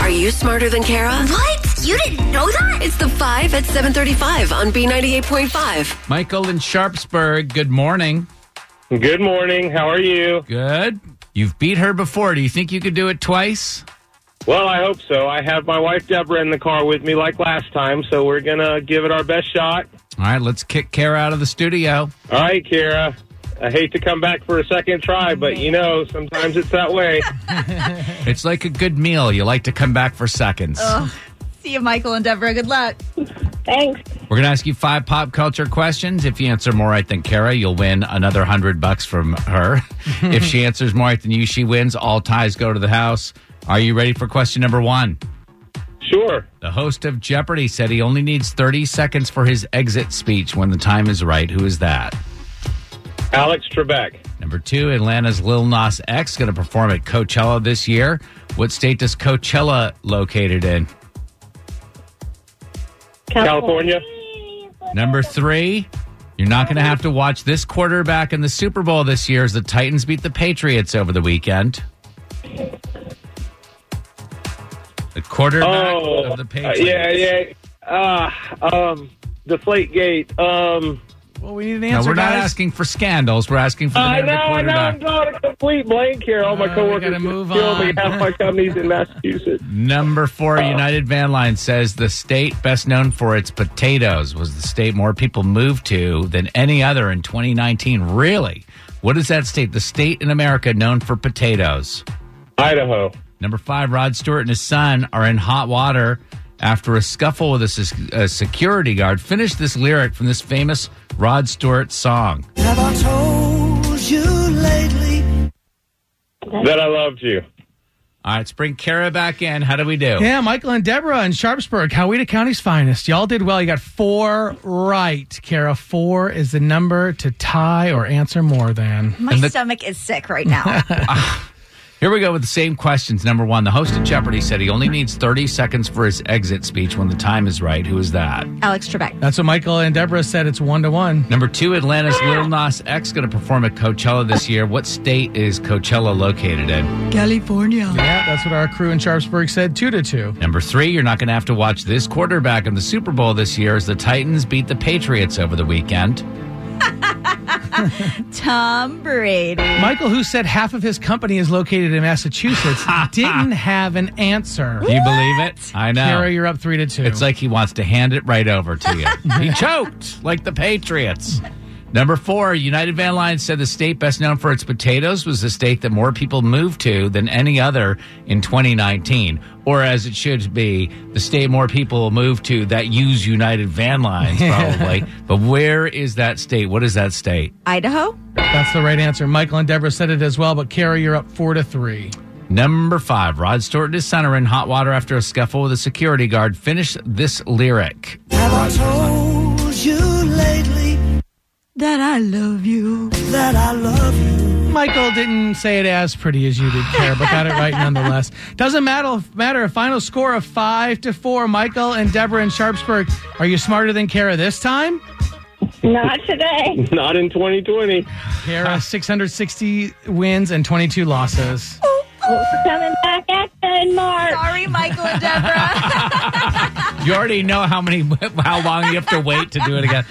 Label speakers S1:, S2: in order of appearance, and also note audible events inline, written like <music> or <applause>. S1: Are you smarter than Kara?
S2: What? You didn't know that?
S1: It's the 5 at 735 on B98.5.
S3: Michael in Sharpsburg, good morning.
S4: Good morning. How are you?
S3: Good. You've beat her before. Do you think you could do it twice?
S4: Well, I hope so. I have my wife Deborah in the car with me like last time, so we're going to give it our best shot.
S3: All right, let's kick Kara out of the studio.
S4: All right, Kara. I hate to come back for a second try, but you know, sometimes it's
S3: <laughs>
S4: that way.
S3: It's like a good meal. You like to come back for seconds.
S5: See you, Michael and Deborah. Good luck.
S6: Thanks.
S3: We're going to ask you five pop culture questions. If you answer more right than Kara, you'll win another 100 bucks from her. if she answers more right than you, she wins. All ties go to the house. Are you ready for question number 1?
S4: Sure.
S3: The host of Jeopardy said he only needs 30 seconds for his exit speech when the time is right. Who is that?
S4: Alex Trebek,
S3: Number two, Atlanta's Lil Nas X going to perform at Coachella this year. What state does Coachella located in?
S4: California.
S3: Number three, you're not going to have to watch this quarterback in the Super Bowl this year as the Titans beat the Patriots over the weekend. The quarterback
S4: Oh,
S3: of the
S4: uh,
S3: Patriots.
S4: yeah, yeah. Uh, um, deflate gate. Um,
S7: Well, we need an
S3: No,
S7: answer,
S3: we're not
S7: guys.
S3: asking for scandals. We're asking for the
S4: I
S3: name
S4: know,
S3: of the
S4: I know. I'm
S3: quarterback.
S4: drawing a complete blank here. All my
S3: Uh, we
S4: coworkers
S3: gotta move
S4: just killed me.
S3: on.
S4: Half my company's
S3: <laughs>
S4: in Massachusetts.
S3: Number four, United Van Line says the state best known for its potatoes was the state more people moved to than any other in 2019. Really? What is that state? The state in America known for potatoes.
S4: Idaho.
S3: Number five, Rod Stewart and his son are in hot water after a scuffle with a, s- a security guard. Finish this lyric from this famous Rod Stewart song.
S8: Have I told you lately?
S4: That I loved you.
S3: All right, let's bring Kara back in. How do we do?
S7: Yeah, Michael and Deborah in Sharpsburg, Coweta County's finest. Y'all did well. You got four right, Kara. Four is the number to tie or answer more than.
S5: My stomach is sick right now.
S3: Here we go with the same questions. Number one, the host of Jeopardy said he only needs 30 seconds for his exit speech when the time is right. Who is that?
S5: Alex Trebek.
S7: That's what Michael and Deborah said. It's one to one.
S3: Number two, Atlanta's Lil Nas X going to perform at Coachella this year. What state is Coachella located in?
S7: Yeah, that's what our crew in Sharpsburg said. Two to two.
S3: Number three, you're not going to have to watch this quarterback in the Super Bowl this year as the Titans beat the Patriots over the weekend.
S5: Tom Brady.
S7: Michael, who said half of his company is located in Massachusetts,
S3: <laughs>
S7: didn't have an answer.
S3: Do you believe it? I know.
S7: Kara, you're up three to two.
S3: It's like he wants to hand it right over to you. he choked like the Patriots. Number four, United Van Line said the state best known for its potatoes was the state that more people moved to than any other in 2019. Or as it should be, the state more people move to that use United Van Lines, probably. but where is that state? What is that state?
S5: Idaho.
S7: that's the right answer. Michael and Deborah said it as well, but Kara, you're up four to three.
S3: Number five, Rod Stewart and his son are in hot water after a scuffle with a security guard. Finish this lyric.
S8: Have I told you lately
S5: That I love you.
S8: that I love you?
S7: Michael didn't say it as pretty as you did, Kara, but got it right nonetheless. Doesn't matter. Matter. A final score of five to four. Michael and Deborah in Sharpsburg. Are you smarter than Kara this time?
S6: Not today.
S4: <laughs> Not in 2020.
S7: Kara, 660 wins and 22 losses.
S6: Coming back at you in March.
S5: Sorry, Michael and Deborah.
S3: <laughs> You already know how many how long you have to wait to do it again.